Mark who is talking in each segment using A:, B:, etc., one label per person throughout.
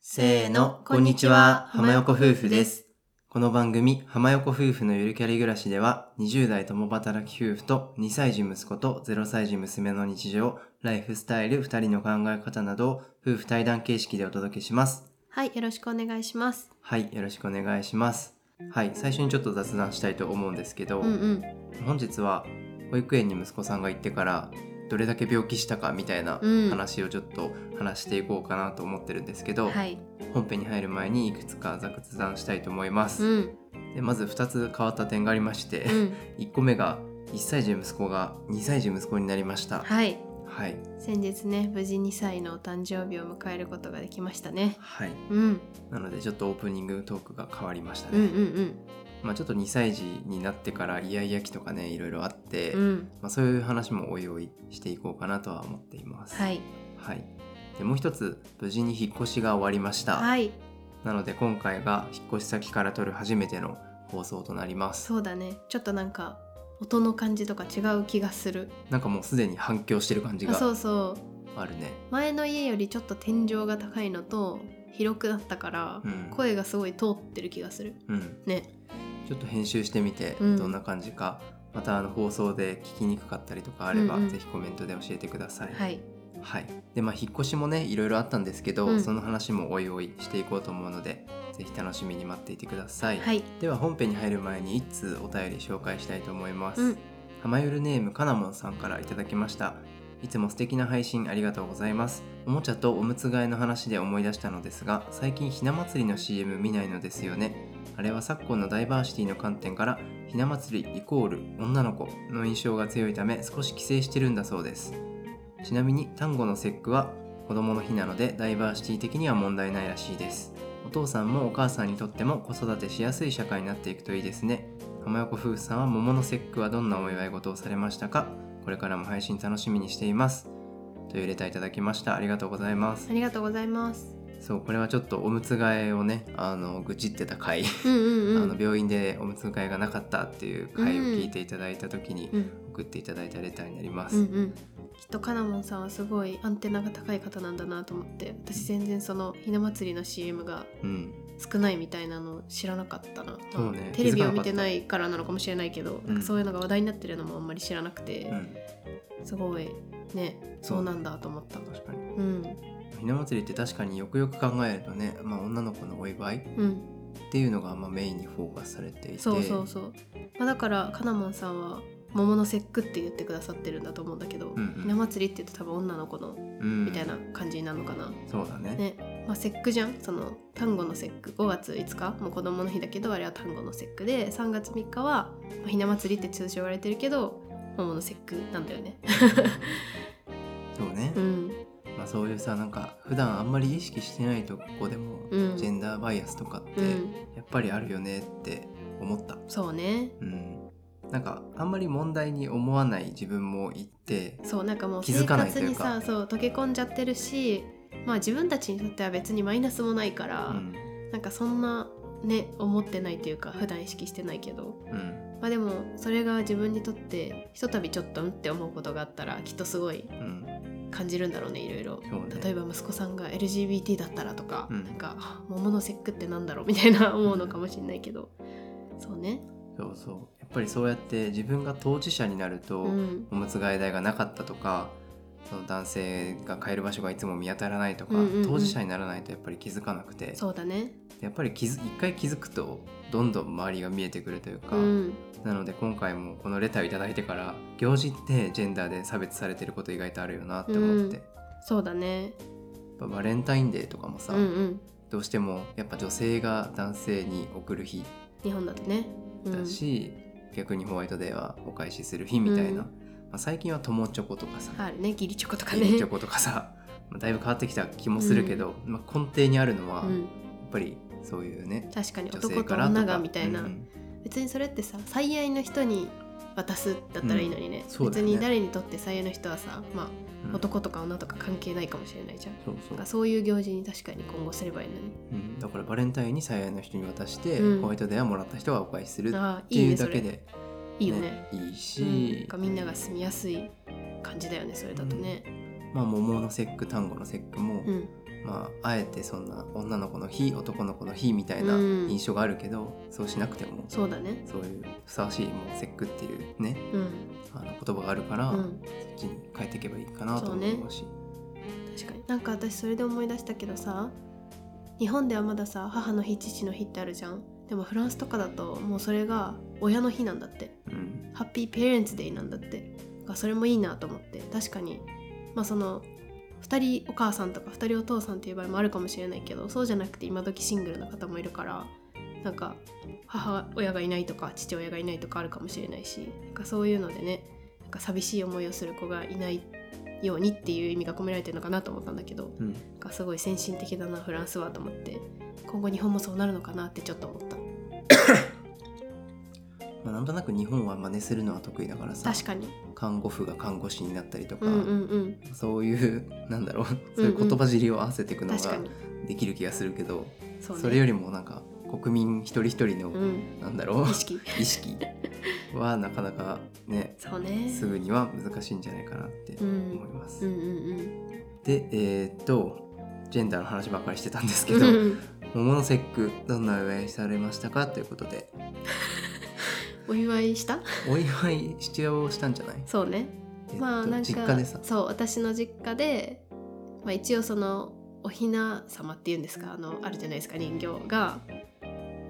A: せーの、こんにちは、浜横夫婦です。この番組、浜横夫婦のゆるキャリ暮らしでは、20代共働き夫婦と2歳児息子と0歳児娘の日常、ライフスタイル、2人の考え方などを夫婦対談形式でお届けします。
B: はい、よろしくお願いします。
A: はい、よろしくお願いします。はい、最初にちょっと雑談したいと思うんですけど、
B: うんうん。
A: 本日は保育園に息子さんが行ってから、どれだけ病気したかみたいな
B: うん
A: 話をちょっと話していこうかなと思ってるんですけど、
B: はい。
A: 本編に入る前にいくつか雑談したいと思いま
B: う
A: す、
B: ん。
A: でまず2つ変わった点がありまして、
B: うん。
A: 1個目が1歳児息子が2歳児息子になりましたはい、
B: はい。
A: はい
B: 先日ね、無事2歳のお誕生日を迎えることができましたね。うん。
A: なのでちょっとオープニングトークが変わりました
B: うん
A: ね、
B: うん
A: まあ、ちょっと2歳児になってからイヤイヤ期とかねいろいろあって、
B: うん。うん。
A: まあ、そういう話もおいおいしていこうかなとは思っています
B: はい。
A: はい、でもう一つ無事に引っ越しが終わりました、
B: はい。
A: なので今回が引っ越し先から撮る初めての放送となります
B: そうだね。ちょっとなんか、音の感じとか違う気がする。
A: なんかもうすでに反響してる感じ
B: あ
A: が
B: そうそう。
A: あるね。
B: 前の家よりちょっと天井が高いのと、広くなったから、
A: うん
B: 声がすごい通ってる気がする。
A: うん、
B: ね。
A: ちょっと編集してみて
B: うん
A: どんな感じか、またあの放送で聞きにくかったりとかあれば、
B: うんうん
A: ぜひコメントで教えてください。
B: はい。
A: はいでまあ引っ越しもねいろいろあったんですけど、
B: うん
A: その話もおいおいしていこうと思うのでぜひ楽しみに待っていてください。
B: はい。
A: では本編に入る前に一通お便り紹介したいと思います。
B: うん
A: 浜ゆるネームかなもんさんからいただきましたいつも素敵な配信ありがとうございますおもちゃとおむつ替えの話で思い出したのですが最近ひな祭りの CM 見ないのですよねあれは昨今のダイバーシティの観点からひな祭りイコール女の子の印象が強いため少し規制してるんだそうですちなみに単語の節句は子供の日なのでダイバーシティ的には問題ないらしいですお父さんもお母さんにとっても子育てしやすい社会になっていくといいですね浜横夫婦さんは桃の節句はどんなお祝い事をされましたかこれからも配信楽しみにしていますというレターいただきましたありがとうございます
B: ありがとうございます。
A: そうこれはちょっとおむつ替えをねあの愚痴ってた回、
B: うんうんう
A: あ
B: ん。
A: の病院でおむつ替えがなかったっていう回を聞いていただいた時に
B: うん
A: 送っていただいたレターになります、
B: うんうん、きっとカナモンさんはすごいアンテナが高い方なんだなと思って私全然そのひな祭りの CM が
A: うん
B: 少ないみたいなの知らなかったな、
A: そうね
B: まあテレビを見てないからなのかもしれないけど
A: ん
B: なんかそういうのが話題になってるのもあんまり知らなく
A: う
B: て、
A: ん、
B: すごいねそうなんだと思った
A: 確かに
B: うん
A: ひな祭りって確かによくよく考えるとね、まあ、女の子のお祝いっ
B: うん
A: ていうのがまあメインにフォーカスされていて
B: そうそうそう、まあ、だからカナモンさんは桃の節句って言ってくださってるんだと思うんだけ
A: う
B: ど、
A: んうん
B: ひな祭りって言うと多分女の子の
A: うん
B: みたいな感じになるのかな、
A: そうだね
B: ね、まあ、節句じゃんその単語の節句5月5日もう子供の日だけどあれは単語の節句で3月3日は、まあ、ひな祭りって通称言われてるけど桃の節句なんだ よね
A: そうね、
B: うん
A: まあ、そういうさなんか普段あんまり意識してないとここでも、
B: うん
A: ジェンダーバイアスとかって
B: うん
A: やっぱりあるよねって思った、
B: そうね
A: うん、なんかあんまり問題に思わない自分もいて
B: そうなんかもう
A: 気
B: 生
A: づかない
B: 活
A: とい
B: に
A: うか
B: さそう溶け込んじゃってるしまあ自分たちにとっては別にマイナスもないから、
A: うん
B: なんかそんなね思ってないというか普段意識してないけど
A: うん
B: まあでもそれが自分にとってひとたびちょっとうんって思うことがあったらきっとすごい
A: うん
B: 感じるんだろうねいろいろ、
A: そうね
B: 例えば息子さんが LGBT だったらとか、
A: うん
B: なんかあ桃の節句ってなんだろうみたい な思うのかもしれないけど、そうね
A: そうそうやっぱりそうやって自分が当事者になると、
B: うん
A: おむつ替え代がなかったとかその男性が帰る場所がいつも見当たらないとか、
B: うんうんうん
A: 当事者にならないとやっぱり気づかなくて
B: そうだね
A: やっぱり気づ一回気づくとどんどん周りが見えてくるというか、
B: うん
A: なので今回もこのレターをいただいてから行事ってジェンダーで差別されてること意外とあるよなって思って、や
B: そうだね
A: っぱバレンタインデーとかも
B: う
A: さ、
B: んうん
A: どうしてもやっぱ女性が男性に送る日
B: 日本だとね、うん、
A: だし、逆にホワイトデーはお返しする日みたいな、
B: うん
A: まあ、最近は友チョコとかさ、
B: あるね義理チョコとか
A: 義
B: ね
A: 理チョコとかさ、 まあ、だいぶ変わってきた気もするけど、まあ、根底にあるのは
B: う
A: やっ
B: ん、
A: ぱりそういうね、
B: 確かに
A: 女
B: 男
A: 性
B: と
A: からとか
B: 女がみたいな、
A: うん
B: 別にそれってさ最愛の人に渡すだったらいいのにね,、
A: うんそうだ
B: 別
A: よね
B: に誰にとって最愛の人はさ、ま
A: うん
B: あ、男とか女とか関係ないかもしれないじゃん、
A: そうそう
B: なんかそういう行事に確かに今後すればいいのに
A: うんだからバレンタインに最愛の人に渡して、
B: うん
A: ホワイトデーはもらった人がお返しするっ
B: ああ
A: て
B: いい
A: いう
B: ね
A: だ
B: そ
A: け
B: れ
A: で、
B: いいよね
A: いいし、
B: うんなんかみんなが住みやすい感じだよねそれだとね
A: まあ、桃の節句単語の節句も、
B: うん、
A: まあ、あえてそんな女の子の日男の子の日みたいな
B: うん
A: 印象があるけど、そうしなくても
B: そうだね
A: そういうふさわしいもうセックっていうね
B: うん
A: あの言葉があるから、
B: うん
A: そっちに変えていけばいいかなと
B: そう
A: 思
B: ね
A: うし
B: 確かになんか私それで思い出したけどさ日本ではまださ母の日父の日ってあるじゃんでもフランスとかだともうそれが親の日なんだって
A: うん
B: ハッピーペレンツデーなんだってあそれもいいなと思って確かにまあその2人お母さんとか2人お父さんっていう場合もあるかもしれないけどそうじゃなくて今時シングルの方もいるからなんか母親がいないとか父親がいないとかあるかもしれないしなんかそういうのでねなんか寂しい思いをする子がいないようにっていう意味が込められてるのかなと思ったんだけど
A: うん、
B: なんかすごい先進的だなフランスはと思って今後日本もそうなるのかなってちょっと思った
A: まあ、なんとなく日本は真似するのは得意だからさ
B: 確かに
A: 看護婦が看護師になったりとか、
B: うんうん
A: そういうなんだろうそういう言葉尻を合わせていく
B: うん
A: の
B: 確か
A: が
B: に
A: できる気がするけど、
B: そうね
A: それよりもなんか国民一人一人の、
B: うん
A: なんだろう
B: 意識
A: 意識はなかなかね
B: そうね
A: すぐには難しいんじゃないかなって
B: うん
A: 思います。
B: うんうん
A: でえーっとジェンダーの話ばっかりしてたんですけ
B: う
A: ど
B: ん
A: 桃の節句どんなお祝いされましたかということで
B: お祝いした
A: お祝い必要したんじゃない、
B: そうね
A: えっ
B: まあ
A: と
B: なんか
A: 実家でさ
B: そう私の実家で、まあ、一応そのおひな様っていうんですかあのあるじゃないですか人形が、ま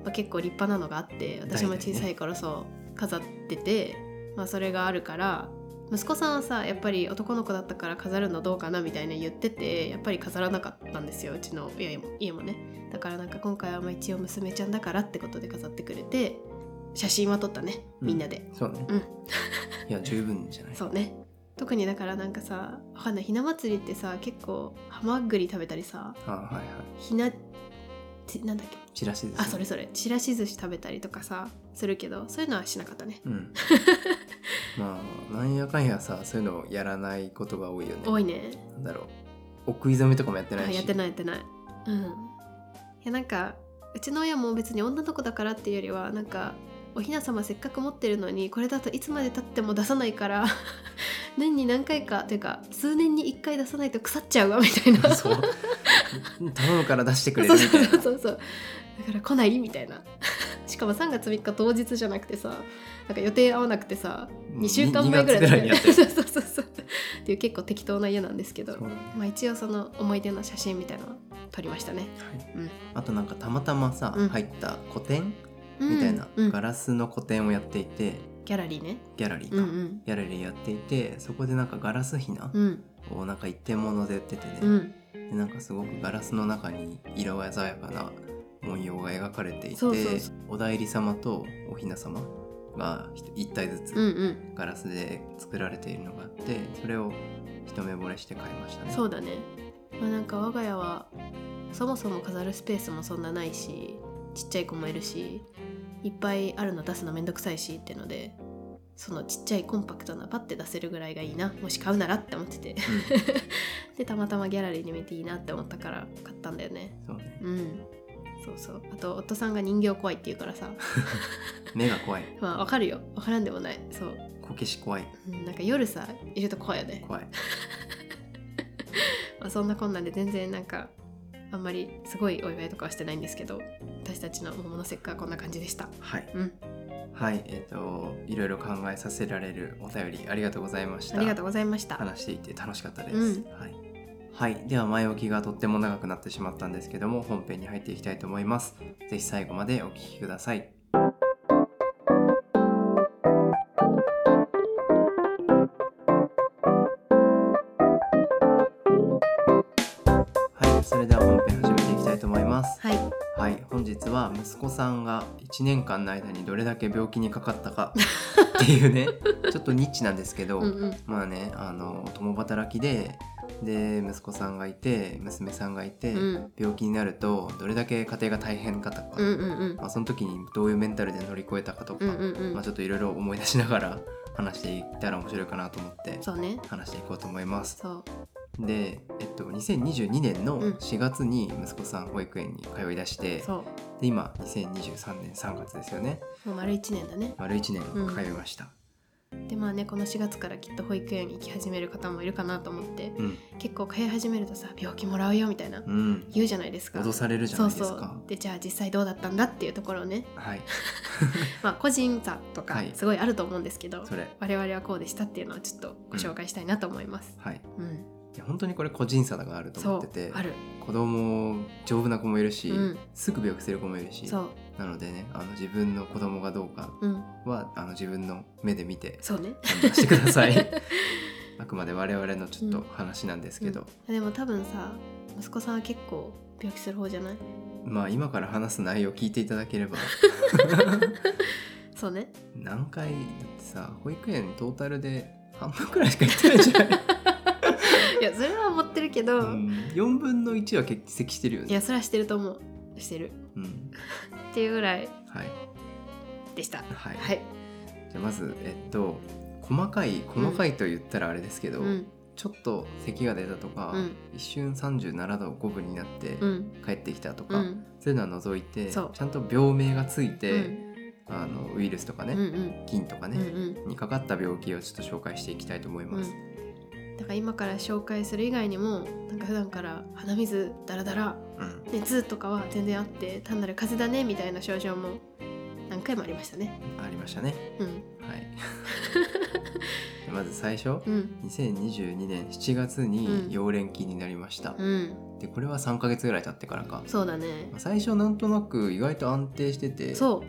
B: あ、結構立派なのがあって私も
A: 代々ね
B: 小さい頃そう飾ってて、まあ、それがあるから息子さんはさやっぱり男の子だったから飾るのどうかなみたいな言っててやっぱり飾らなかったんですようちの家も家もねだからなんか今回はまあ一応娘ちゃんだからってことで飾ってくれて写真は撮ったねみんなで、
A: そうね、
B: うん
A: いや十分じゃない
B: そうね特にだからなんかさわかんないひな祭りってさ結構ハマグリ食べたりさ
A: あはいはい
B: ひなちなんだっけ
A: チラシです、ね、
B: あそれそれちらし寿司食べたりとかさするけどそういうのはしなかったね
A: うんまあなんやかんやさそういうのやらないことが多いよね
B: 多いね
A: なんだろうお食い初めとかもやってない
B: あ
A: し
B: やって
A: い
B: ないやってないうんいやなんかうちの親も別に女の子だからっていうよりはなんかおひな様せっかく持ってるのにこれだといつまでたっても出さないから 年に何回かというか数年に1回出さないと腐っちゃうわみたい な
A: そう頼むから出してくれる
B: そう
A: みた
B: そ
A: いうな
B: そうそうそうだから来ないみた いなしかも3月3日当日じゃなくてさなんか予定合わなくてさ2週間前ぐらい
A: に二月
B: だった
A: ぐら
B: よ
A: いに
B: ね
A: やってる
B: そうそうそうそうっていう結構適当な家なんですけど
A: そうだね
B: まあ、一応その思い出の写真みたいなのは撮りましたね、
A: はい
B: うん
A: あとなんかたまたまさ、
B: うん
A: 入った古典
B: うん
A: みたいな、
B: うん
A: ガラスの古典をやっていて
B: ギャラリーね
A: ギャラリーか、
B: うんうん
A: ギャラリーやっていてそこでなんかガラスひな
B: うん
A: をなんか一点物で売っててね、
B: うん
A: でなんかすごくガラスの中に色鮮やかな文様が描かれていて
B: そうそうそ
A: おだいり様とおひな様が一体ず
B: うんう
A: つ
B: ん
A: ガラスで作られているのがあってそれを一目惚れして買いましたね。
B: そうだね、まあ、なんか我が家はそもそも飾るスペースもそんなないしちっちゃい子もいるしいっぱいあるの出すのめんどくさいしってのでそのちっちゃいコンパクトなパッて出せるぐらいがいいなもし買うならって思って てでたまたまギャラリーに見ていいなって思ったから買ったんだよね
A: うんそうね
B: うんそうそうあと夫さんが人形怖いって言うからさ
A: 目が怖い
B: まあわかるよわからんでもないそう、
A: こけし怖い
B: うん、なんか夜さいると怖いよね
A: 怖い。
B: まあ、そんなこんなんで全然なんかあんまりすごいお祝いとかはしてないんですけど私たちの桃の節句はこんな感じでした
A: はい、
B: うん
A: はい、えっ、といろいろ考えさせられるお便りありがとうございました。
B: ありがとうございました
A: 話していて楽しかったです、
B: うん
A: はい、はい、では前置きがとっても長くなってしまったんですけども本編に入っていきたいと思いますぜひ最後までお聞きくださいはい、それでは本編始めていきたいと思います
B: はい
A: はい、本日は息子さんが1年間の間にどれだけ病気にかかったかっていう ねちょっとニッチなんですけど、
B: うんうん
A: まあねあの共働きでで息子さんがいて娘さんがいて、
B: うん
A: 病気になるとどれだけ家庭が大変かとか、
B: うんうんうん
A: まあ、その時にどういうメンタルで乗り越えたかとか、
B: うんうんうん
A: まあ、ちょっといろいろ思い出しながら 話していったら面白いかなと思って
B: そうね
A: 話していこうと思います。
B: そう
A: で、えっと、2022年の
B: うん
A: 4月に息子さん保育園に通い出して、で
B: そう
A: 今2023年3月ですよね
B: もう丸一年だね
A: 丸1年通いました。
B: でまあねこの4月からきっと保育園に行き始める方もいるかなと思って
A: うん
B: 結構通い始めるとさ病気もらうよみたいな
A: うん
B: 言うじゃないですか
A: 脅されるじゃないですか
B: そうそうでじゃあ実際どうだったんだっていうところをね
A: はい
B: まあ個人差とか
A: はい
B: すごいあると思うんですけど、
A: それ
B: 我々はこうでしたっていうのをちょっとご紹介したいなと思います。
A: はい
B: うん、
A: いや本当にこれ個人差があると
B: そ
A: 思
B: う
A: ってて
B: ある、
A: 子供丈夫な子もいるし、
B: うん
A: すぐ病気する子もいるし
B: そう、
A: なのでねあの自分の子供がどうか
B: うん、
A: はあの自分の目で見て
B: そうね。
A: 判断してくださ いあくまで我々のちょっ
B: う
A: と
B: ん
A: 話なんですけど、
B: でも多分さ息子さんは結構病気する方じゃない？
A: まあ今から話す内容を聞いていただけ れば
B: そうね。
A: 何回だってさ保育園トータルで半分くらいしか行ってないじゃない、
B: いやそれは思ってるけど、
A: うん、4分の1は欠席してるよ
B: い
A: ね、
B: やそれはしてると思う。してる
A: うん、
B: っていうぐらい
A: はい
B: でした。
A: はい、
B: はい。
A: じゃあまずえっと細かい細かいと言ったらあれですけど、
B: うん
A: ちょっと咳が出たとか、
B: うん
A: 一瞬37度5分になって
B: うん
A: 帰ってきたと
B: う
A: か、
B: ん
A: そういうのは除いてち
B: そう
A: ゃんと病名がついて、
B: うん
A: あのウイルスとかね、
B: うんうん
A: 菌とか
B: うんう
A: ね、
B: ん
A: にかかった病気をちょっと紹介していきたいと思います。
B: だから今から紹介する以外にもなんか普段から鼻水ダラダラ
A: うん
B: 熱とかは全然あって単なる風邪だねみたいな症状も何回もありましたね
A: ありましたね。
B: うん
A: はい、 まず最初
B: うん
A: 2022年7月
B: うん
A: に溶連菌になりました、
B: うん
A: でこれは3ヶ月ぐらい経ってからか、
B: そうだね
A: まあ最初なんとなく意外と安定してて
B: そ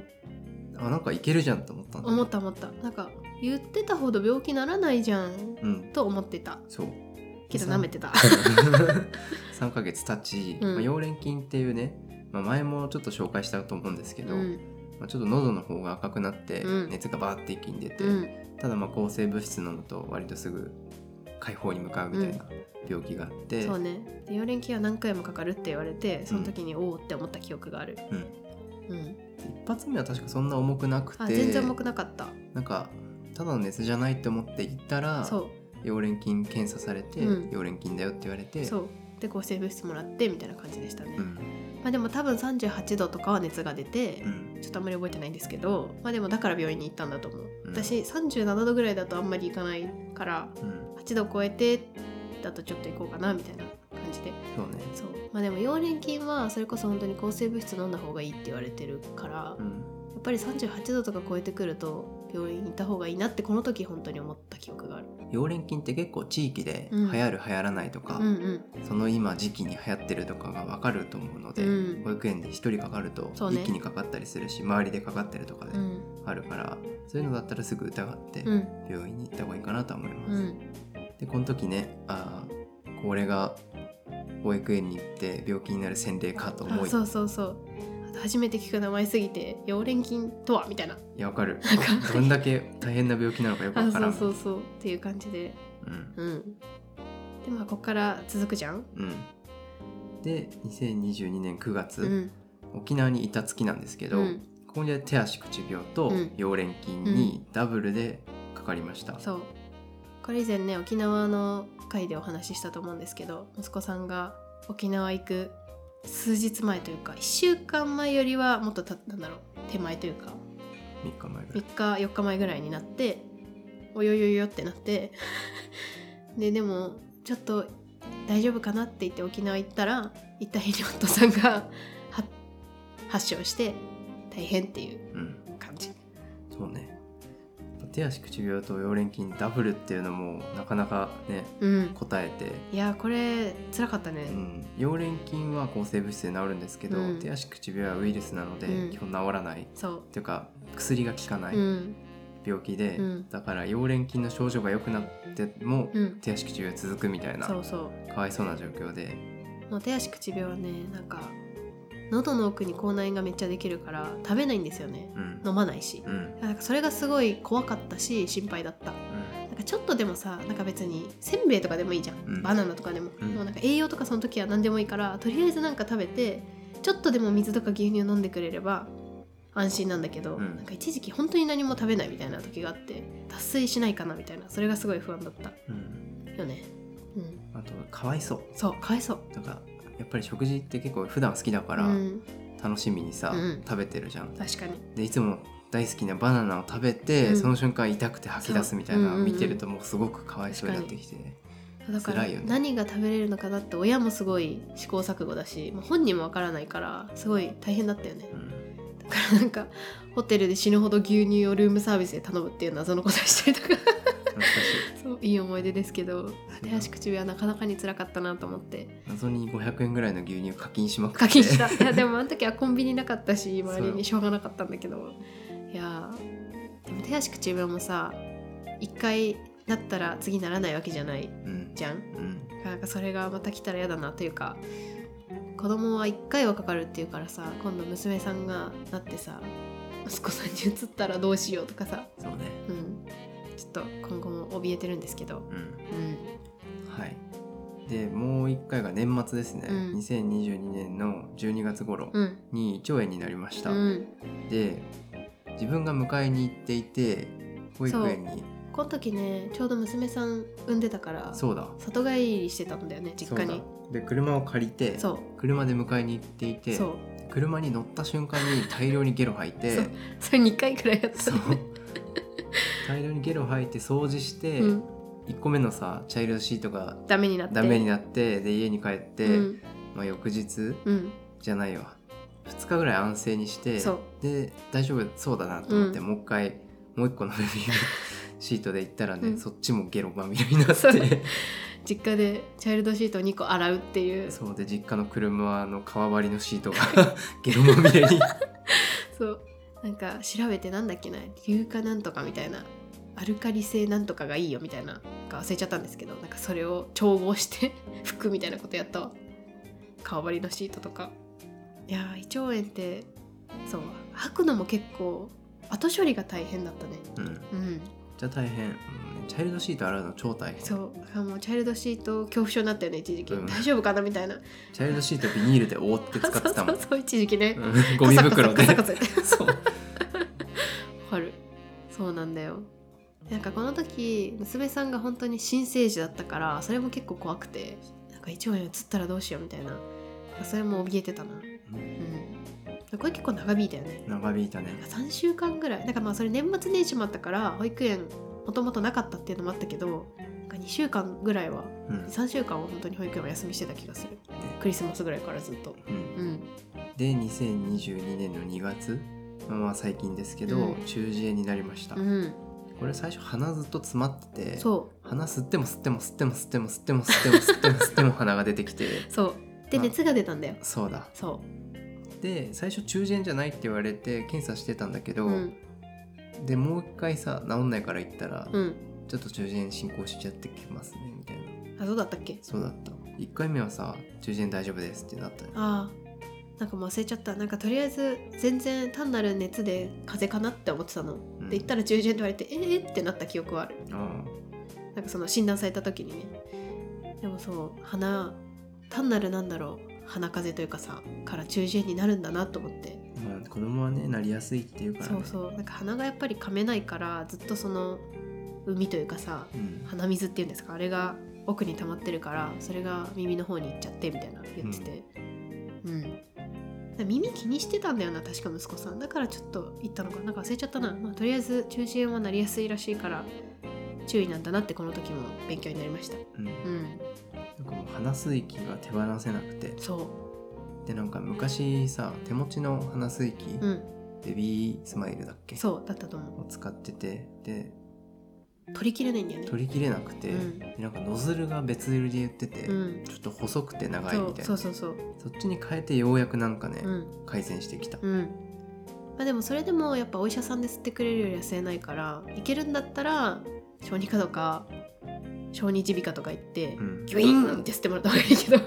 B: う
A: あなんかいけるじゃんと思ったんだ
B: 思った思ったなんか言ってたほど病気ならないじゃん
A: うん
B: と思ってた
A: そう
B: けど
A: さん
B: 舐めてた
A: 3ヶ月経ち、
B: うん
A: まあ、溶連菌っていうね、まあ、前もちょっと紹介したと思うんですけ
B: う
A: ど、
B: ん
A: まあ、ちょっと喉の方が赤くなって、
B: うん
A: 熱がバーって一気に出て、
B: うん
A: ただまあ抗生物質飲むと割とすぐ解放に向かうみたいな病気があって、
B: そうねで4連休は何回もかかるって言われてその時におおって思った記憶がある
A: うん
B: うん
A: 一発目は確かそんな重くなく
B: あ
A: て
B: 全然重くなかった
A: なんかただの熱じゃないって思って行ったら
B: そ
A: 溶連菌検査されて、
B: うん
A: 溶連菌だよって言われて
B: うそうで抗生物質もらってみたいな感じでしたね、
A: うん
B: まあでも多分38度とかは熱が出て、
A: うん
B: ちょっとあんまり覚えてないんですけど、まあ、でもだから病院に行ったんだと思う、
A: うん
B: 私37度ぐらいだとあんまり行かないから
A: うん、
B: 8度超えてだとちょっと行こうかなみたいな感じで
A: そうね、
B: そうまあでも溶連菌はそれこそ本当に抗生物質飲んだ方がいいって言われてるから、
A: う
B: や
A: ん、
B: っぱり38度とか超えてくると病院に行った方がいいなってこの時本当に思った記憶がある
A: 溶連菌って結構地域で
B: う
A: 流
B: ん
A: 行る流行らないとか、
B: うんうん
A: その今時期に流行ってるとかが分かると思うので、
B: うん
A: 保育園で1人かかると
B: そうね
A: 一気にかかったりするし、周りでかかってるとかで
B: うん
A: あるから、そういうのだったらすぐ疑って
B: うん
A: 病院に行った方がいいかなとは思います。
B: うん
A: でこの時ねあーこれが保育園に行って病気になる洗礼かと思
B: あ
A: い
B: そうそうそうあと初めて聞く名前すぎて溶連菌とはみたいない
A: やわかる
B: なんか
A: どんだけ大変な病気なのかよくわ
B: あ
A: か
B: そ
A: ら
B: うんそうそうっていう感じで
A: うん
B: うんでまあここから続くじゃん
A: うん、で2022年9月、
B: うん
A: 沖縄にいた月なんですけど、
B: うん
A: ここで手足口病と
B: うん
A: 溶連菌にダブルでかかりました、
B: そうこれ以前ね沖縄の回でお話ししたと思うんですけど息子さんが沖縄行く数日前というか1週間前よりはもっとたなんだろう手前というか
A: 3日前ぐらい
B: 3日4日前ぐらいになっておよよよってなってででもちょっと大丈夫かなって言って沖縄行ったら行った日に夫さんがは発症して大変っていう
A: うん
B: 感じ
A: そうね手足口病と溶連菌ダブルっていうのもなかなかね
B: うん
A: 答えて
B: いやこれ辛かったね
A: うん、溶連菌は抗生物質で治るんですけど、
B: うん
A: 手足口病はウイルスなので、
B: うん
A: 基本治らない
B: そう
A: というか薬が効かない
B: うん
A: 病気で、
B: うん
A: だから溶連菌の症状が良くなっても、
B: うん
A: 手足口病は続くみたいな
B: そうそ
A: かわいそうな状況で
B: うもう手足口病はねなんか喉の奥に口内炎がめっちゃできるから食べないんですよね
A: うん
B: 飲まないし
A: うんうん
B: なんかそれがすごい怖かったし心配だったなんかちょっとでもさなんか別にせんべいとかでもいいじゃん、
A: うん
B: バナナとかでも,、
A: うん
B: もうなんか栄養とかその時は何でもいいからとりあえずなんか食べてちょっとでも水とか牛乳飲んでくれれば安心なんだけど、
A: うん
B: なんか一時期本当に何も食べないみたいな時があって脱水しないかなみたいなそれがすごい不安だった
A: うん
B: よねうん
A: あとかわいそう
B: そうかわいそう
A: だからやっぱり食事って結構普段好きだから
B: うん、
A: 楽しみにさ、
B: うん
A: 食べてるじゃん
B: 確かに
A: でいつも大好きなバナナを食べて、
B: うん
A: その瞬間痛くて吐き出すみたいなの
B: そ
A: を
B: ううんうんう
A: 見
B: ん
A: てるともうすごくかわいそうになってきてね
B: だから
A: 辛いよね
B: 何が食べれるのかなって親もすごい試行錯誤だし、まあ、本人もわからないからすごい大変だったよね
A: うん
B: だからなんかホテルで死ぬほど牛乳をルームサービスで頼むっていう謎のことをしたりとか
A: 懐かしい
B: そういい思い出ですけど手足口はなかなかに辛かったなと思って
A: 謎に500円ぐらいの牛乳課金しまくって
B: 課金した いやでもあの時はコンビニなかった し
A: そう
B: 周りにしょうがなかったんだけどいやーでも手足口病もさ一回なったら次ならないわけじゃない
A: うん
B: じゃ
A: う
B: ん
A: ん
B: なんかそれがまた来たら嫌だなというか子供は1回はかかるっていうからさ今度娘さんがなってさ息子さんに移ったらどうしようとかさ
A: そうね
B: うんちょっと今後も怯えてるんですけど
A: うん
B: うん
A: はいでもう一回が年末ですね、
B: うん
A: 2022年の12月頃
B: うん
A: に胃腸炎になりました、
B: うん
A: で自分が迎えに行っていて保育園に
B: この時ねちょうど娘さん産んでたから
A: そうだ
B: 里帰りしてたんだよね実家
A: そう
B: に
A: だで車を借りて
B: そう
A: 車で迎えに行っていて
B: そう
A: 車に乗った瞬間に大量にゲロ吐いて
B: そうそれ2回くらいやった
A: そう大量にゲロ吐いて掃除して、
B: うん、
A: 1個目のさチャイルドシートが
B: ダメになって
A: ダメになってで家に帰って、
B: うん、
A: まあ、翌日
B: うん、
A: じゃないわ2日ぐらい安静にして
B: そう
A: で大丈夫そうだなと思って、
B: うん
A: もう一回もう一個のベビーシートで行ったらね、
B: うん
A: そっちもゲロまみれになっ
B: そう
A: て
B: 実家でチャイルドシートを2個洗うっていう
A: そうで実家の車の革張りのシート がゲロまみれに
B: そうなんか調べてなんだっけな硫化なんとかみたいなアルカリ性なんとかがいいよみたいななんか忘れちゃったんですけどなんかそれを調合して 拭くみたいなことやったわ顔張りのシートとかいやー胃腸炎ってそう吐くのも結構後処理が大変だったね
A: うん
B: うん
A: じゃあ大変、うんチャイルドシート洗うの超大変チ
B: そうだからもうチャイルドシート恐怖症になったよね一時期、
A: うん
B: 大丈夫かなみたいな
A: ャイルドシートビニールで覆って使ってたもん
B: そうそうそう一時期ね、
A: うんゴミ袋で
B: カサカサカサカサ
A: そう
B: わかるそうなんだよなんかこの時娘さんが本当に新生児だったからそれも結構怖くてなんか一応に移ったらどうしようみたいなそれも怯えてたなうんこれ結構長引いたよね
A: 長引いたね
B: なんか3週間ぐらいだからまあそれ年末年始もあったから保育園もともとなかったっていうのもあったけどなんか2週間ぐらいは
A: うん、
B: 3週間は本当に保育園お休みしてた気がするクリスマスぐらいからずっと
A: うん、
B: うん
A: で2022年の2月まあ最近ですけど、
B: うん
A: 中耳炎になりました、
B: うん
A: これ最初鼻ずっと詰まってて
B: そう
A: 鼻吸っても吸っても吸っても吸っても吸っても吸っても吸っても吸っても鼻が出てきて
B: そうで
A: まあ
B: 熱が出たんだよ
A: そうだ
B: そ
A: で最初中耳炎じゃないって言われて検査してたんだけ
B: う
A: ど、
B: うん
A: でもう一回さ治んないから行ったら、
B: うん
A: ちょっと中耳炎進行しちゃってきますねみたいな
B: あそうだったっけ
A: そうだった1回目はさ中耳炎大丈夫ですってなったの
B: ああなんかもう忘れちゃったなんかとりあえず全然単なる熱で風邪かなって思ってたの、って
A: うん
B: 言ったら中耳炎って言われてえー、ってなった記憶はある
A: あ
B: なんかその診断された時にねでもそう鼻単なるなんだろう鼻風邪というかさから中耳炎になるんだなと思って
A: あまあ子供はねなりやすいっていうから、ね、
B: そうそうなんか鼻がやっぱり噛めないからずっとその海というかさ
A: うん、
B: 鼻水っていうんですかあれが奥に溜まってるからそれが耳の方に行っちゃってみたいな言っててうん、だから耳気にしてたんだよな確か息子さんだからちょっと行ったのかなんか忘れちゃったな、まあ、とりあえず中耳炎はなりやすいらしいから注意なんだなってこの時も勉強になりました
A: うん
B: うん
A: なんかもう鼻水域が手放せなくて
B: そ
A: でなんか昔さ手持ちの鼻水域、
B: ううん
A: ベビースマイルだっけ
B: そうだったと思
A: を使っててで
B: う取りきれないんだよね
A: 取りきれなくて、
B: うん
A: でなんかノズルが別売りで売ってて、
B: うん
A: ちょっと細くて長い
B: そ
A: み
B: う
A: たい
B: そ
A: な
B: うそうそう
A: そっちに変えてようやくなんかね、
B: うん
A: 改善してきた、
B: うんまあでもそれでもやっぱお医者さんで吸ってくれるよりは吸えないからいけるんだったら小児科とか小児耳鼻科とか行って、
A: うん
B: ギュイーンって吸ってもらった方がいいけど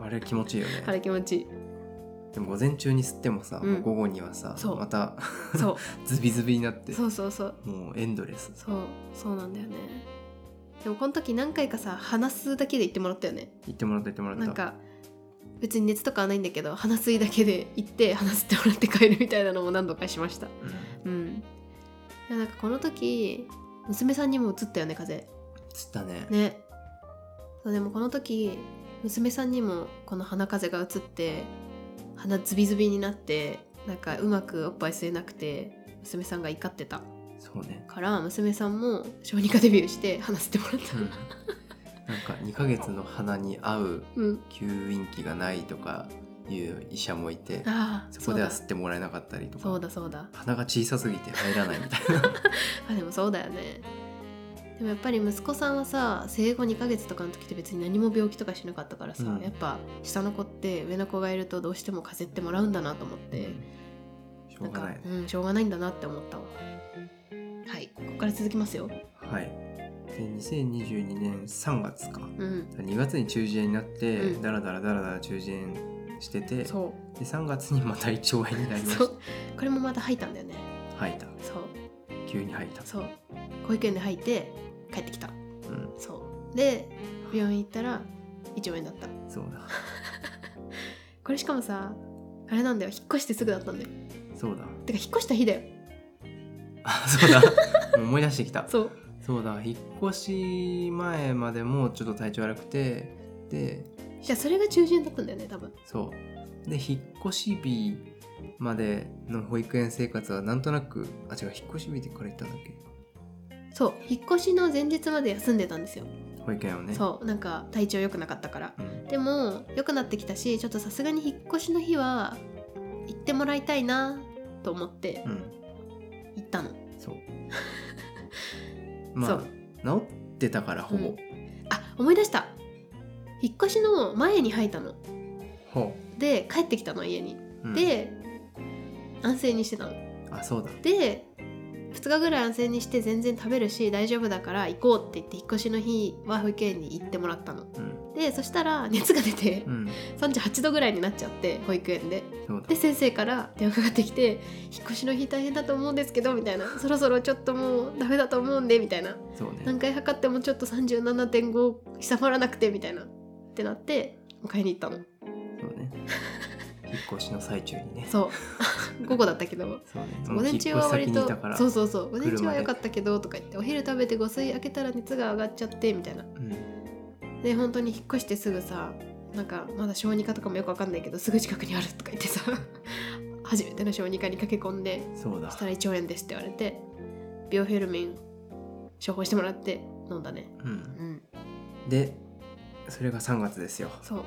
A: あれ気持ちいいよね、
B: あれ気持ちいい
A: でも午前中に吸ってもさ、
B: うん
A: もう午後にはさ
B: そう
A: また
B: そ
A: ズビズビになって
B: うそうそうそう
A: もうエンドレス
B: そうそうなんだよねでもこの時何回かさ話すだけで行ってもらったよね
A: 言ってもらった言ってもらった
B: なんか別に熱とかはないんだけど鼻水だけで行って鼻吸ってもらって帰るみたいなのも何度かしました
A: うん
B: うんいやなんかこの時娘さんにも移ったよね風邪
A: 吸ったね
B: ねそうでもこの時娘さんにもこの鼻風邪がうつって鼻ズビズビになってなんかうまくおっぱい吸えなくて娘さんが怒ってた
A: そうね
B: から娘さんも小児科デビューして話せてもらっ
A: う
B: た、
A: んなんか2ヶ月の鼻に合う
B: うん、
A: 吸引器がないとかいう医者もいて
B: ああ
A: そこでは吸ってもらえなかったりとか
B: そうだそうだ
A: 鼻が小さすぎて入らないみたい な
B: あでもそうだよねでもやっぱり息子さんはさ生後2ヶ月とかの時って別に何も病気とかしなかったからさ、
A: うん
B: やっぱ下の子って上の子がいるとどうしても風邪ってもらうんだなと思って、
A: しょうが
B: か
A: ないね
B: うんしょうがないんだなって思ったわはいここから続きますよ
A: はいで2022年3月か
B: うん
A: 2月に中耳炎になって、
B: うん
A: だらだらだらだら中耳炎しててで
B: そ
A: 3月にまた胃腸炎になり
B: う
A: まし
B: そうこれもまた吐いたんだよね
A: た吐いた
B: そう
A: 急に吐いた
B: そう保育園で吐いて帰ってきた
A: うん
B: そうで病院行ったら胃腸炎だった
A: そうだ
B: これしかもさあれなんだよ引っ越してすぐだったんだよ
A: そうだ
B: てか引っ越した日だよ
A: あそうだ もう思い出してきた
B: そう
A: そうだ引っ越し前までもちょっと体調悪くてで
B: じゃあそれが中旬だったんだよね多分
A: そうで引っ越し日までの保育園生活はなんとなくあ違う引っ越し日でから行ったんだっけ
B: そう引っ越しの前日まで休んでたんですよ
A: 保育園をね
B: そうなんか体調良くなかったから
A: う、ん、
B: でも良くなってきたしちょっとさすがに引っ越しの日は行ってもらいたいなと思って
A: うん、
B: 行ったの、
A: そうまあ
B: そう
A: 治ってたからほぼ、
B: うんあ思い出した引っ越しの前に入ったの
A: ほ
B: で帰ってきたの家に、
A: う、うん、
B: で安静にしてたの
A: あそうだ
B: で2日ぐらい安静にして全然食べるし大丈夫だから行こうって言って引っ越しの日は保育園に行ってもらったの
A: うん、
B: でそしたら熱が出て
A: うん、
B: 38度ぐらいになっちゃって保育園で
A: そうだ
B: で先生から電話かかってきて「引っ越しの日大変だと思うんですけど」みたいな「そろそろちょっともうダメだと思うんで」みたいな
A: そうね
B: 何回測ってもちょっと37.5下回らなくてみたいなってなって迎えに行ったの
A: そう ね引っ越しの最中にね
B: そう 午後だったけど
A: そうね
B: 午前中は割
A: もう引っ越し先にい
B: と
A: たから
B: そうそうそう午前中
A: 車
B: は
A: で
B: 良かったけどとか言ってお昼食べてご水開けたら熱が上がっちゃってみたいな
A: うん、
B: で本当に引っ越してすぐさなんかまだ小児科とかもよくわかんないけどすぐ近くにあるとか言ってさ 初めての小児科に駆け込んで
A: そうだ
B: そしたら胃腸炎ですって言われてビオフェルミン処方してもらって飲んだね
A: うん
B: うん
A: でそれが3月ですよ
B: そう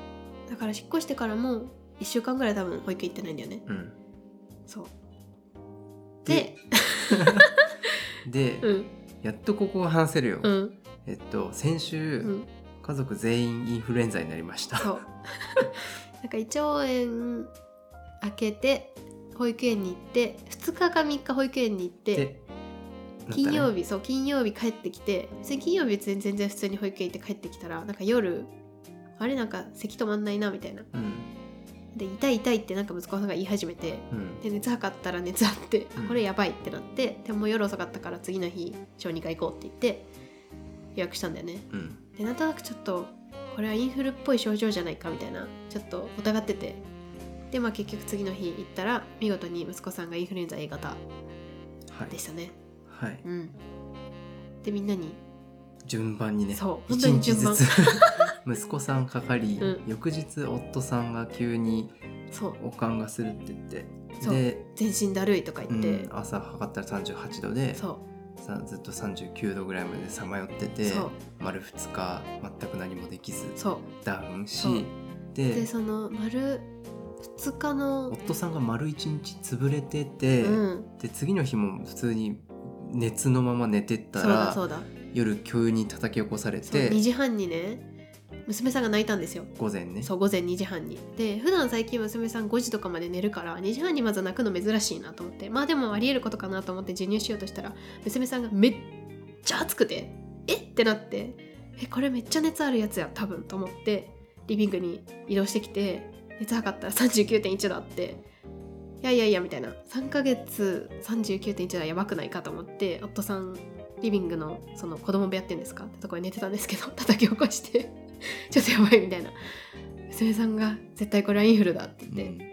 B: だから引っ越してからも1週間ぐらい多分保育園行ってないんだよね
A: うん
B: そうで
A: で、
B: うん
A: やっとここを話せるよ、
B: うん
A: えっと先週、
B: うん
A: 家族全員インフルエンザになりました
B: そう なんか胃腸炎開けて保育園に行って2日か3日保育園に行って
A: でなったね
B: 金曜日そう金曜日帰ってきて別に金曜日全全然普通に保育園行って帰ってきたらなんか夜あれなんか咳止まんないなみたいな
A: うん
B: で痛い痛いってなんか息子さんが言い始めて
A: うん
B: で熱測ったら熱あって、あ
A: うん
B: これやばいってなってでもう夜遅かったから次の日小児科行こうって言って予約したんだよね
A: うん
B: でなんとなくちょっとこれはインフルっぽい症状じゃないかみたいなちょっと疑っててでまあ結局次の日行ったら見事に息子さんがインフルエンザ A 型
A: はい
B: でしたね
A: はい
B: うんでみんなに
A: 順番にね
B: そう本
A: 一
B: 当に
A: 日
B: 順
A: ず
B: 番
A: つ 息子さんかかり、
B: うん
A: 翌日夫さんが急に
B: そう
A: おかんがするって言って
B: そう
A: で、
B: 全身だるいとか言
A: う
B: って、
A: ん、朝測ったら38度で
B: そう
A: さずっと39度ぐらいまでさまよってて
B: そう
A: 丸2日全く何もできず
B: そう
A: ダウンし
B: そうで
A: で
B: その丸2日の
A: 夫さんが丸1日潰れてて、
B: うん
A: で次の日も普通に熱のまま寝てった
B: そうだそ
A: ら
B: うだ
A: 夜急に叩き起こされ
B: そう
A: て
B: 2時半にね娘さんが泣いたんですよ
A: 午前ね
B: そう午前2時半にで普段最近娘さん5時とかまで寝るから2時半にまず泣くの珍しいなと思ってまあでもありえることかなと思って授乳しようとしたら娘さんがめっちゃ熱くてえってなってえこれめっちゃ熱あるやつや多分と思ってリビングに移動してきて熱測ったら39.1度あっていやいやいやみたいな3ヶ月39.1度はやばくないかと思って夫さんリビングのその子供部屋っていうんですかってとこに寝てたんですけど 叩き起こしてちょっとやばいみたいな娘さんが「絶対これはインフルだ」って
A: う
B: 言って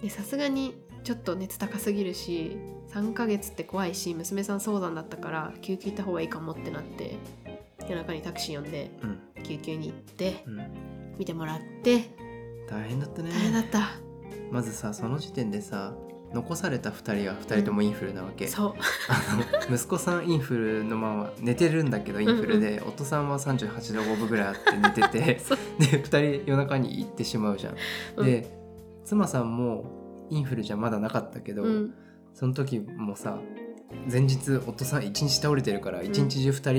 A: ん
B: でさすがにちょっと熱高すぎるし3ヶ月って怖いし娘さん早産だったから救急行った方がいいかもってなって夜中にタクシー呼んで
A: うん
B: 救急に行って
A: うん
B: 見てもらって
A: 大変だったね
B: 大変だった
A: まずさその時点でさ残された2人は2人ともインフルなわけ、
B: そう
A: あ の息子さんインフルのまま寝てるんだけどインフルで、夫さんは38度5分ぐらいあって寝てて
B: そう
A: で2人夜中に行ってしまうじゃん。で妻さんもインフルじゃまだなかったけど、
B: うん
A: その時もさ前日夫さん一日倒れてるから一日中2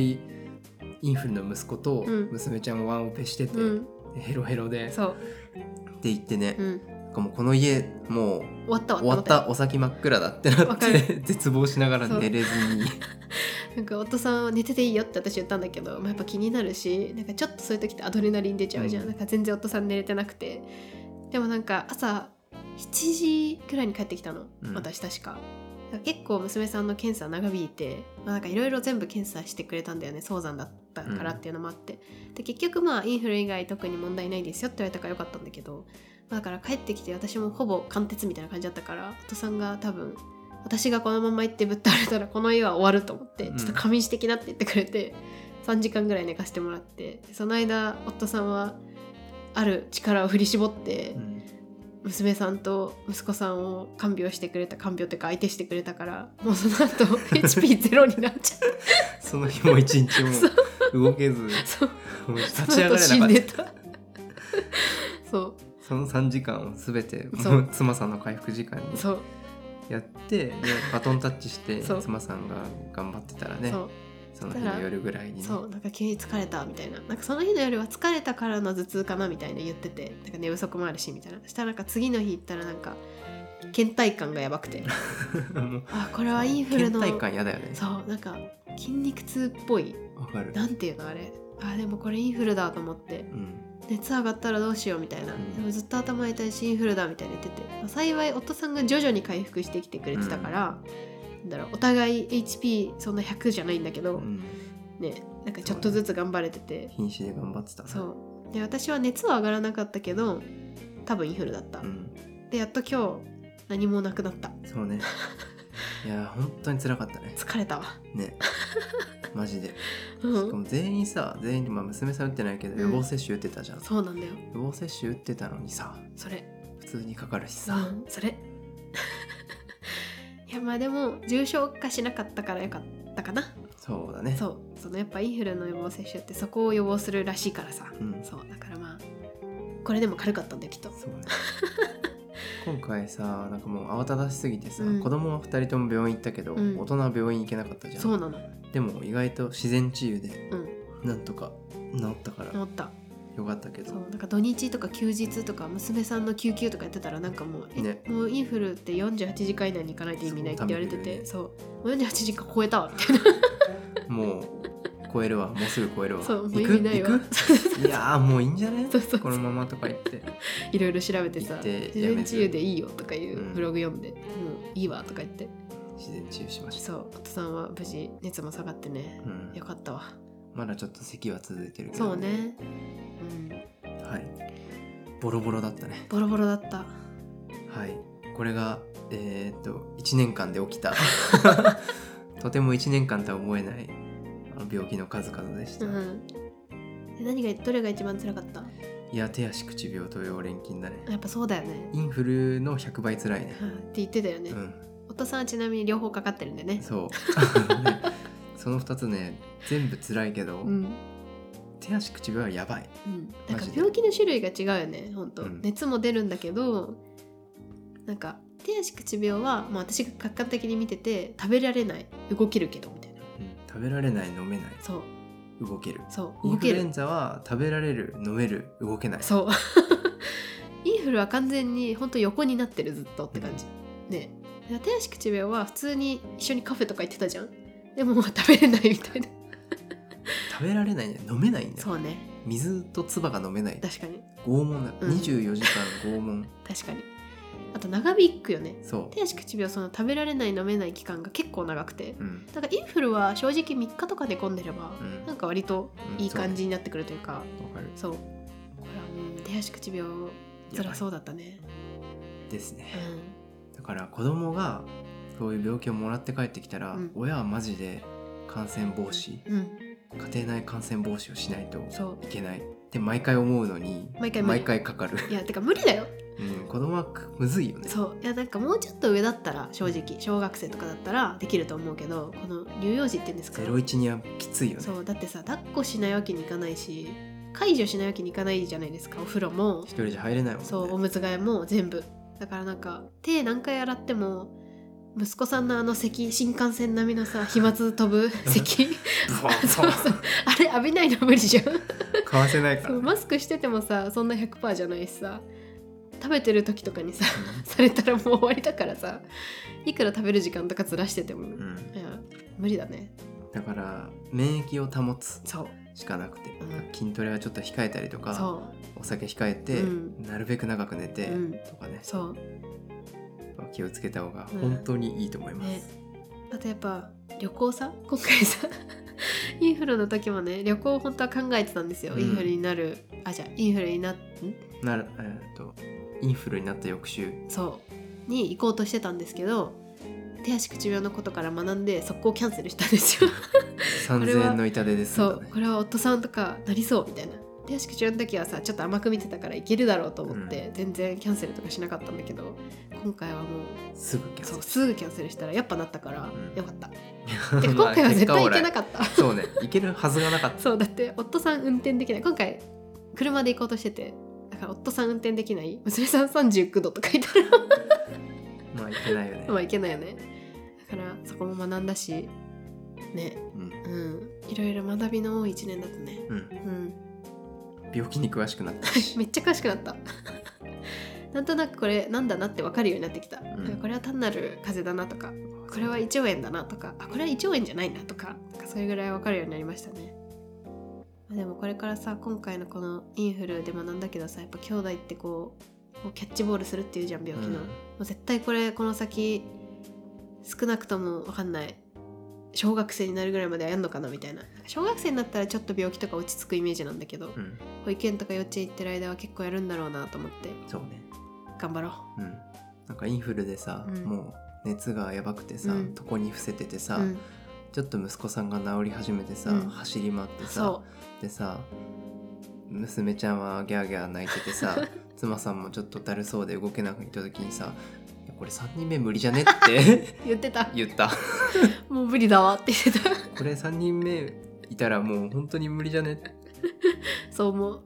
A: 人、インフルの息子と
B: うん
A: 娘ちゃんをワンオペしてて、
B: うん
A: ヘロヘロで
B: そう、
A: って言ってね
B: う、ん、
A: なんかもうこの家もう
B: 終わったわ
A: 終わったお先真っ暗だってな
B: わ
A: っ
B: か
A: て絶望しながら
B: そう
A: 寝れずに
B: なんか夫さんは寝てていいよって私言ったんだけど、まあ、やっぱ気になるしなんかちょっとそういう時ってアドレナリン出ちゃうじゃん,、
A: うん
B: なんか全然夫さん寝れてなくてでもなんか朝7時くらいに帰ってきたの、
A: うん
B: 私確かだから結構娘さんの検査長引いて、まあ、なんかいろいろ全部検査してくれたんだよね早産だったからっていうのもあって、で結局まあインフル以外特に問題ないですよって言われたからよかったんだけど、まあだから帰ってきて私もほぼ貫徹みたいな感じだったから夫さんが多分私がこのまま行ってぶっ倒れたらこの家は終わると思って
A: うん
B: ちょっと仮眠してきなって言ってくれて、3時間ぐらい寝かしてもらってその間夫さんはある力を振り絞って
A: うん
B: 娘さんと息子さんを看病してくれた看病というか相手してくれたからもうその後 HP0 になっちゃっ
A: その日も一日も
B: そう
A: 動けずも
B: たそう
A: う 立ち
B: そ
A: 上がれ
B: の後
A: な
B: 死ん
A: か
B: で
A: った
B: そう
A: たその3時間を全て
B: そう
A: もう妻さんの回復時間に
B: そう
A: やってでバトンタッチして
B: そう
A: 妻さんが頑張ってたらね
B: そう
A: その日の夜ぐらいにね
B: そうなんか急に疲れたみたいななんかその日の夜は疲れたからの頭痛かなみたいな言っててなんか寝不足もあるしみたいなそしたらなんか次の日行ったらなんか倦怠感がやばくて
A: もう
B: あこれはインフルの
A: 倦怠感嫌だよね
B: そうなんか筋肉痛っぽい
A: わかる
B: なんていうのあれあでもこれインフルだと思って
A: うん
B: 熱上がったらどうしようみたいな、
A: うん
B: でもずっと頭痛いしインフルだみたいな言ってて、まあ幸い夫さんが徐々に回復してきてくれてたから、なんだろうお互い HP そんな100じゃないんだけど、
A: うん
B: ねなんかちょっとずつ頑張れてて
A: 瀕死で頑張ってた
B: そうで私は熱は上がらなかったけど多分インフルだった、
A: うん
B: でやっと今日何もなくなった
A: そうねいや本当に辛かったね
B: 疲れたわ
A: ねマジでし
B: う
A: か
B: ん
A: も全員さ全員、まあ、娘さん打ってないけど
B: うん
A: 予防接種打ってたじゃん、予
B: そうなんだよ
A: 防接種打ってたのにさ
B: それ
A: 普通にかかるし
B: さ、
A: さ、
B: うん、それ いやまあでも重症化しなかったからよかったかな
A: そうだね
B: そうそのやっぱインフルの予防接種ってそこを予防するらしいからさ、
A: うん
B: そうだからまあこれでも軽かったんだよきっと
A: そう ね今回さなんかもう慌ただしすぎてさ、
B: うん
A: 子供は2人とも病院行ったけど、
B: うん
A: 大人は病院行けなかったじゃん
B: そうなの
A: でも意外と自然治癒で
B: うん
A: なんとか治ったから
B: 思った
A: よかったけ
B: そう
A: ど
B: なんか土日とか休日とか娘さんの救急とかやってたらなんかもう「え
A: ね
B: もうインフルって48時間以内に行かないと意味ない」って言われてて
A: そ
B: そう,、もう48時間超えたわみたいな
A: もう超えるわもうすぐ超えるわ
B: そうもう
A: 行
B: 意
A: く
B: 味ないわ
A: 行 くいやーもういいんじゃね
B: そうそうそう
A: このままとか言って
B: いろいろ調べてさ
A: 行っ
B: 「
A: て
B: 自
A: やめ
B: 分
A: ず
B: 治癒でいいよ」とかいう
A: うん
B: ブログ読んで「うん、いいわ」とか言って
A: 自然治癒しました、
B: そうお父さんは無事熱も下がってね
A: う、ん
B: よ、かったわ
A: まだちょっと咳は続いてるけど
B: そうねうん
A: はいボロボロだったね
B: ボロボロだった
A: はいこれがえーっと1年間で起き たとても1年間とは思えないあの病気の数々でした、
B: うんえ何がどれが一番辛かった
A: いや手足口病と溶連菌だね
B: やっぱそうだよね、
A: インフルの100倍辛いね
B: うんって言ってたよね、
A: うん
B: お父さんはちなみに両方かかってるんでね
A: そう あのねその2つね全部辛いけど、
B: うん
A: 手足口病はやばい
B: うん、
A: マ
B: なんか
A: ジで
B: 病気の種類が違うよね本当、
A: うん
B: 熱も出るんだけどなんか手足口病は、まあ、私が客観的に見てて食べられない動けるけどみたいな
A: うん食べられない飲めない
B: そう
A: 動ける
B: そう
A: イン
B: 動
A: フ
B: け
A: ルエ
B: る
A: ンザは食べられる飲める動けない
B: そう インフルは完全に本当横になってるずっとって感じ、ねで手足口病は普通に一緒にカフェとか行ってたじゃんでもまあ食べれないみたいな
A: 食べられないね飲めないんだよ
B: そうね
A: 水と唾が飲めない
B: 確かに
A: 拷問だ、
B: うん
A: 24時間拷問
B: 確かにあと長引くよね
A: そ
B: 手足口病その食べられない飲めない期間が結構長くて
A: ううん
B: だからインフルは正直3日とか寝込んでれば、
A: うん
B: なんか割と
A: うん
B: いい感じになってくるという
A: そう
B: か、
A: ねわかる
B: そうほらうん手足口病辛そうだったね
A: ですねだから子供がそういう病気をもらって帰ってきたら、
B: うん
A: 親はマジで感染防止
B: うん、うん、
A: 家庭内感染防止をしないと
B: そう
A: いけないって毎回思うのに
B: 毎回無理
A: 毎回かかる、
B: いやてか無理だよ
A: うん、子供はむずいよね
B: そういやなんかもうちょっと上だったら正直小学生とかだったらできると思うけどこの乳幼児って言うんですか
A: 01にはきついよね
B: そうだってさ抱っこしないわけにいかないし介助しないわけにいかないじゃないですかお風呂も
A: 一人じゃ入れないもんね
B: そうおむつ替えも全部だからなんか手何回洗っても息子さんのあの咳新幹線並みのさ飛沫飛 ぶ咳
A: ブワーン
B: そうそうあれ浴びないの無理じゃん
A: かわせないか
B: そ
A: ら
B: う
A: ね
B: マスクしててもさそんな100%じゃないしさ食べてる時とかにさされたらもう終わりだからさいくら食べる時間とかずらしてても、
A: う
B: い
A: ん、
B: や無理だね
A: だから免疫を保つ
B: そう
A: しかなくて、
B: うん
A: 筋トレはちょっと控えたりとか
B: そ
A: お酒控えて、
B: うん
A: なるべく長く寝て
B: うん
A: とかね
B: う、そう
A: 気をつけた方が
B: うん
A: 本当にいいと思います、
B: あとやっぱ旅行さ今回さインフルの時もね旅行を本当は考えてたんですよ、
A: うん
B: インフルになるあじゃあインフルになっん
A: なるえーっとインフルになった翌週
B: そうに行こうとしてたんですけど手足口病のことから学んで速攻キャンセルしたん ですよれは
A: 3000円の痛手です
B: そ
A: んだ
B: う
A: ね
B: これは夫さんとかなりそうみたいな手足口病の時はさちょっと甘く見てたからいけるだろうと思って、全然キャンセルとかしなかったんだけど今回はもう
A: すぐキャンセ
B: そ
A: ル
B: うすぐキャンセルしたらやっぱなったから、
A: うん
B: よか った
A: まあ
B: てか今回は絶対行けな
A: 結
B: かった
A: 果オーライそうね行けるはずがなかった
B: そうだって夫さん運転できない今回車で行こうとしててだから夫さん運転できない娘さん39度とかいたら
A: まあ行けないよね、
B: まあいけないよねだからそこも学んだしね
A: うん
B: うんいろいろ学びの多い1年だったね
A: うん、
B: うん
A: 病気に詳しくなったし
B: めっちゃ詳しくなった なんとなくこれなんだなって分かるようになってきた、
A: ん
B: なんかこれは単なる風邪だなとかこれは胃腸炎だなとかあこれは胃腸炎じゃないなとかなんかそれぐらい分かるようになりましたねまあでもこれからさ今回のこのインフルで学んだけどさやっぱ兄弟ってこうこうキャッチボールするっていうじゃん病気の、
A: うん
B: もう絶対これこの先少なくとも分かんない小学生になるぐらいまではやんのかなみたいななんか小学生になったらちょっと病気とか落ち着くイメージなんだけど、
A: うん
B: 保育園とか幼稚園行ってる間は結構やるんだろうなと思って
A: そうね
B: 頑張ろう
A: うんなんかインフルでさ、
B: うん
A: もう熱がやばくてさ、
B: うん
A: 床に伏せててさ、
B: うん、
A: ちょっと息子さんが治り始めてさ、
B: うん
A: 走り回ってさ
B: そ
A: でさ娘ちゃんはギャーギャー泣いてて さ妻さんもちょっとだるそうで動けなくなった時にさ「いやこれ3人目無理じゃね?」って
B: う言ってた
A: 言った
B: もう無理だわって言ってた
A: これ3人目いたらもう本当に無理じゃね
B: そう思う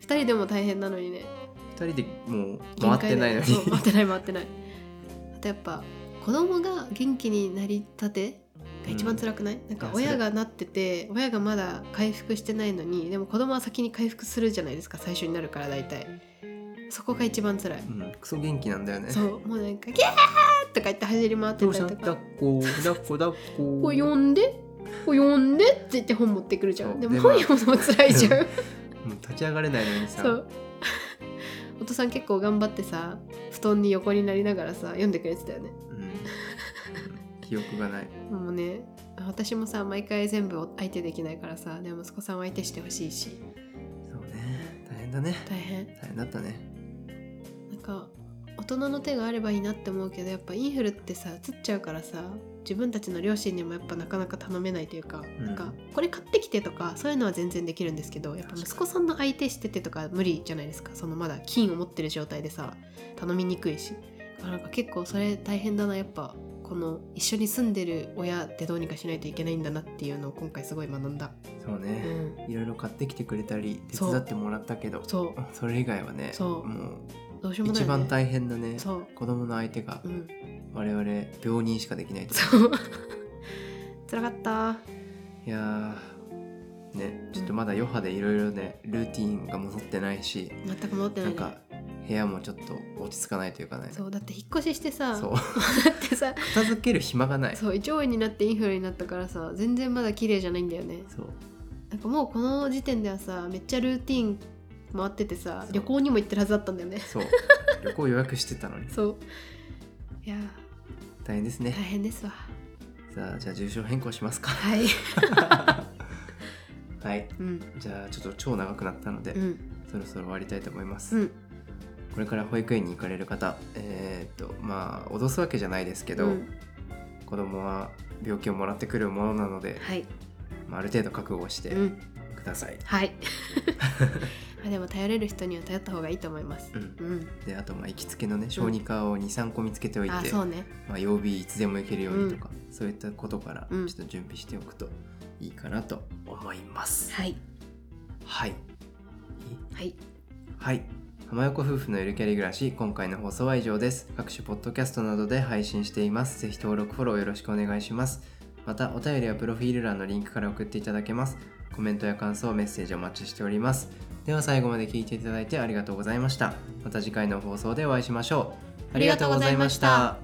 B: 2人でも大変なのにね
A: 2人でもう回ってないのに
B: 限界だよねそう回ってない回ってないあとやっぱ子供が元気になりたてが一番辛くない、なんか
A: いやそれ
B: 親がなってて親がまだ回復してないのにでも子供は先に回復するじゃないですか最初になるから大体そこが一番辛 い、
A: うん、クソ元気なんだよね
B: そうもうなんか「ギャー!」とか言って走り回って
A: どう
B: た
A: した
B: りと
A: 抱
B: か
A: っこ抱っこ抱っこ
B: こう読んでこう読んでって言って本持ってくるじゃ
A: そ
B: ん
A: う
B: で
A: で
B: も
A: まあ
B: 本読むのも辛いじゃん
A: もう立ち上がれないのにさ
B: そうお父さん結構頑張ってさ布団に横になりながらさ読んでくれてたよね
A: うん、記憶がない
B: もうね私もさ毎回全部相手できないからさでも息子さんは相手してほしいし
A: そうね大変だね
B: 大変
A: 大変だったね
B: なんか大人の手があればいいなって思うけどやっぱインフルってさつっちゃうからさ自分たちの両親にもやっぱなかなか頼めないというか,、
A: うん
B: なんかこれ買ってきてとかそういうのは全然できるんですけどやっぱ息子さんの相手しててとか無理じゃないですかそのまだ金を持ってる状態でさ頼みにくいしだからなんか結構それ大変だなやっぱこの一緒に住んでる親ってどうにかしないといけないんだなっていうのを今回すごい学んだ、
A: そう
B: う
A: ね、
B: ん、
A: いろいろ買ってきてくれたり手
B: そう
A: 伝ってもらったけどそ
B: そう
A: れ以外はね
B: そう
A: も
B: どうしよ
A: う
B: うもない、
A: 一
B: ね、
A: 番大変だね
B: そう、
A: 子供の相手が
B: うん、
A: 我々病人しかできないと
B: そう。辛かった。
A: いやーねちょっとまだ余波でいろいろねルーティンが戻ってないし
B: 全く戻って
A: な
B: ない、
A: ん
B: ね。
A: か部屋もちょっと落ち着かないというかね
B: そうだって引っ越ししてさ、
A: そう
B: だってさ、
A: 片付ける暇がない
B: そう胃腸炎になってインフルになったからさ、全然まだ綺麗じゃないんだよね。
A: そう
B: なんかもうこの時点ではさ、めっちゃルーティン回っててさ
A: そ、う
B: 旅行にも行ってるはずだったんだよね。
A: そう旅行予約してたのに
B: そう。いやー
A: 大変ですね
B: 大変ですわ。
A: さあじゃあ住所変更し ますか
B: はい。
A: はい
B: うん
A: じゃあちょっと超長くなったので、
B: うん
A: そろそろ終わりたいと思います、
B: うん
A: これから保育園に行かれる方えーっとまあ脅すわけじゃないですけど、
B: うん
A: 子供は病気をもらってくるものなので、
B: はい。
A: まあ、ある程度覚悟して
B: うん
A: ください、
B: はい あでも頼れる人には頼った方がいいと思います
A: うん
B: うん
A: であとまあ行きつけのね小児科を23個見つけておいて、
B: あそうね
A: まあ、曜日いつでも行けるようにとか、そういったことからち
B: う
A: ょ
B: ん
A: っと準備しておくといいかなと思います、
B: はい
A: はい
B: はい
A: はい浜横夫婦のゆるキャリ暮らし今回の放送は以上です各種ポッドキャストなどで配信していますぜひ登録フォローよろしくお願いしますまたお便りはプロフィール欄のリンクから送っていただけますコメントや感想メッセージお待ちしておりますでは最後まで聞いていただいてありがとうございましたまた次回の放送でお会いしましょうありがとうございました